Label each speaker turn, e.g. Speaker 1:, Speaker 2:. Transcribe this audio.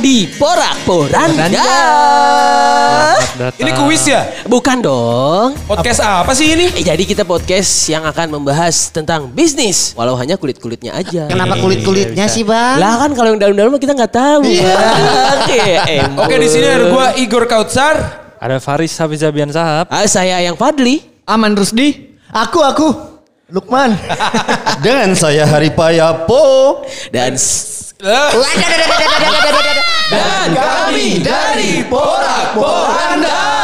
Speaker 1: di Porak Poranda.
Speaker 2: Ini kuis ya?
Speaker 1: Bukan dong.
Speaker 2: Podcast apa sih ini?
Speaker 1: Eh, jadi kita podcast yang akan membahas tentang bisnis, walau hanya kulit-kulitnya aja.
Speaker 3: Kenapa kulit-kulitnya sih bang?
Speaker 1: Lah kan kalau yang dalam-dalam mah kita nggak tahu. Kan? Bang. Eh, embun.
Speaker 2: Iya. Oke di sini ada gua Igor Kautsar.
Speaker 4: Ada Faris Habizabian Sahab.
Speaker 1: Ah, saya yang Fadli.
Speaker 5: Aman Rusdi.
Speaker 3: Aku aku Lukman
Speaker 6: Dan saya Hari Payapo.
Speaker 1: Dan s-
Speaker 3: Dan kami dari Porak Poranda